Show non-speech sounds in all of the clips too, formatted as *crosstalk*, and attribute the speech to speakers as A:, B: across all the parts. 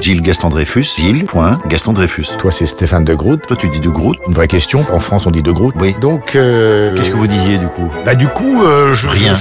A: Gilles Gaston Dreyfus, Gilles, point, Gaston Dreyfus.
B: Toi, c'est Stéphane de Groot.
A: Toi, tu dis de Groot.
B: Une vraie question. En France, on dit de Groot.
A: Oui.
B: Donc, euh,
A: Qu'est-ce que vous disiez, du coup
B: Bah, du coup, euh, je...
A: Rien.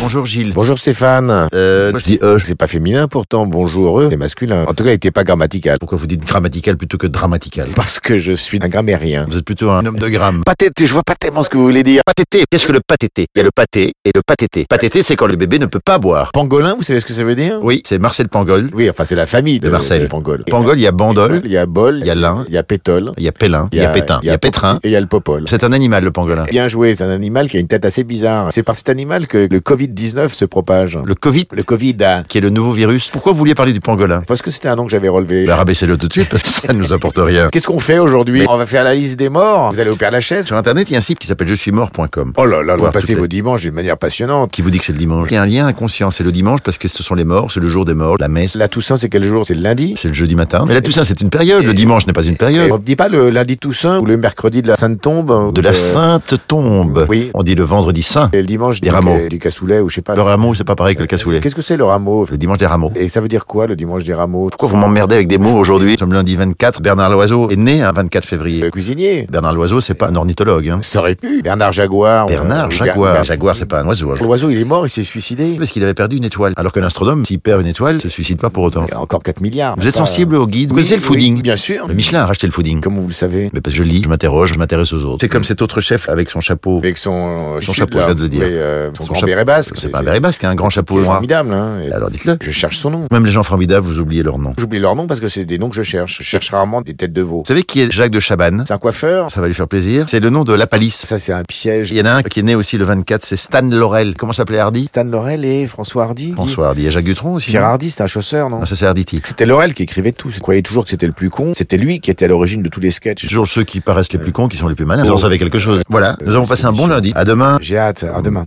A: Bonjour, Gilles.
B: Bonjour Stéphane. Euh, je dis euh, c'est pas féminin pourtant. Bonjour eux, c'est masculin. En tout cas, il était pas grammatical.
A: Pourquoi vous dites grammatical plutôt que grammatical
B: *laughs* Parce que je suis un grammairien.
A: Vous êtes plutôt un homme de gramme.
B: Pathété, je vois pas tellement ce que vous voulez dire.
A: Pathété. Qu'est-ce que le pathété Il y a le pâté et le pathété. Pathété, c'est quand le bébé ne peut pas boire.
B: Pangolin, vous savez ce que ça veut dire
A: Oui, c'est Marcel Pangol.
B: Oui, enfin, c'est la famille de,
A: De Marseille.
B: de Pangol.
A: Pangol, il y a Bandol,
B: Il y a Bol,
A: il y a Lin,
B: il y a Pétole,
A: il y a Pélin, il y a Pétain, il y a Pétrin.
B: et il y a le Popol.
A: C'est un animal, le pangolin.
B: Bien joué, c'est un animal qui a une tête assez bizarre. C'est par cet animal que le Covid-19 se propage.
A: Le Covid,
B: Le Covid a...
A: qui est le nouveau virus. Pourquoi vous vouliez parler du pangolin
B: Parce que c'était un nom que j'avais relevé.
A: Ben, rabaissez-le tout de suite, parce que ça ne nous apporte rien.
B: Bah, Qu'est-ce qu'on fait aujourd'hui On va faire la liste des morts. Vous allez au Père Lachaise
A: Sur Internet, il y a un site qui s'appelle je suis mort.com.
B: Oh là là, vous
A: Voir
B: passez
A: toutes les-
B: vos dimanches d'une manière passionnante.
A: qui vous dit que c'est le dimanche. Il y a un lien inconscient, c'est le dimanche parce que ce sont les morts, c'est le jour des morts, la messe,
B: La Toussaint, c'est quel jour C'est le lundi
A: c'est le jeudi matin. Mais la Toussaint, c'est une période, le dimanche n'est pas une
B: Et
A: période.
B: On ne dit pas le lundi Toussaint ou le mercredi de la Sainte Tombe.
A: De la Sainte Tombe.
B: euh, oui.
A: On dit le vendredi saint.
B: Et le dimanche
A: Des
B: du-
A: rameaux.
B: du cassoulet ou je sais pas.
A: Le rameau, c'est pas pareil que le cassoulet.
B: Qu'est-ce que c'est le rameau
A: Le dimanche des rameaux.
B: Et ça veut dire quoi le dimanche des rameaux
A: Pourquoi vous m'emmerdez avec des mots aujourd'hui Nous sommes lundi 24, Bernard Loiseau est né un 24 février.
B: Le cuisinier
A: Bernard Loiseau, c'est pas un ornithologue. hein.
B: Ça aurait pu. Bernard Jaguar.
A: Bernard
B: euh,
A: Jaguar.
B: Ber-
A: Jaguar, c'est pas un oiseau. hein.
B: L'oiseau, il est mort, il s'est suicidé.
A: Parce qu'il avait perdu une étoile. Alors qu'un astronome, s'il perd une étoile, se suicide pas pour autant.
B: Il y a encore 4 milliards.
A: Vous êtes
B: Pas-
A: sensible au guide Vous
B: Oui,
A: connaissez le
B: oui,
A: fooding
B: Bien sûr.
A: Le Michelin a racheté le fooding.
B: Comme vous le savez.
A: Mais parce que je lis, je m'interroge, je m'intéresse aux autres. C'est comme cet autre chef avec son chapeau.
B: Avec son, euh,
A: Son
B: sud,
A: chapeau,
B: là.
A: je viens de le dire.
B: Oui, euh, son,
A: Son
B: grand
A: chapeau.
B: béret basque.
A: C'est pas un béret basque, un grand
B: c'est
A: chapeau noir.
B: formidable. Hein. Et
A: Alors dites-le.
B: Je cherche son nom.
A: Même les gens formidables, vous oubliez leur nom.
B: J'oublie leur nom parce que c'est des noms que je cherche. Je cherche rarement des têtes de veau.
A: Vous savez qui est Jacques de Chabannes
B: C'est un coiffeur.
A: Ça va lui faire plaisir. C'est le nom de la palisse.
B: Ça, c'est un piège.
A: Il y en a un qui est né aussi le 24, c'est Stan Laurel. Comment s'appelait Hardy
B: Stan Laurel et François Hardy.
A: François Hardy. Il y a Jacques Dutronc aussi.
B: Pierre
A: non
B: Hardy, c'est un chausseur, non
A: Non, ça c'est Harditi.
B: C'était Laurel qui écrivait tout. Je croyais toujours que c'était le plus con. C'était lui qui était à l'origine de tous les sketchs.
A: Toujours ceux qui paraissent les plus cons qui sont les plus malins.
B: Bon. Euh,
A: Vous en savez quelque chose. Voilà. Nous avons passé un bon lundi. À demain.
B: J'ai hâte. À demain.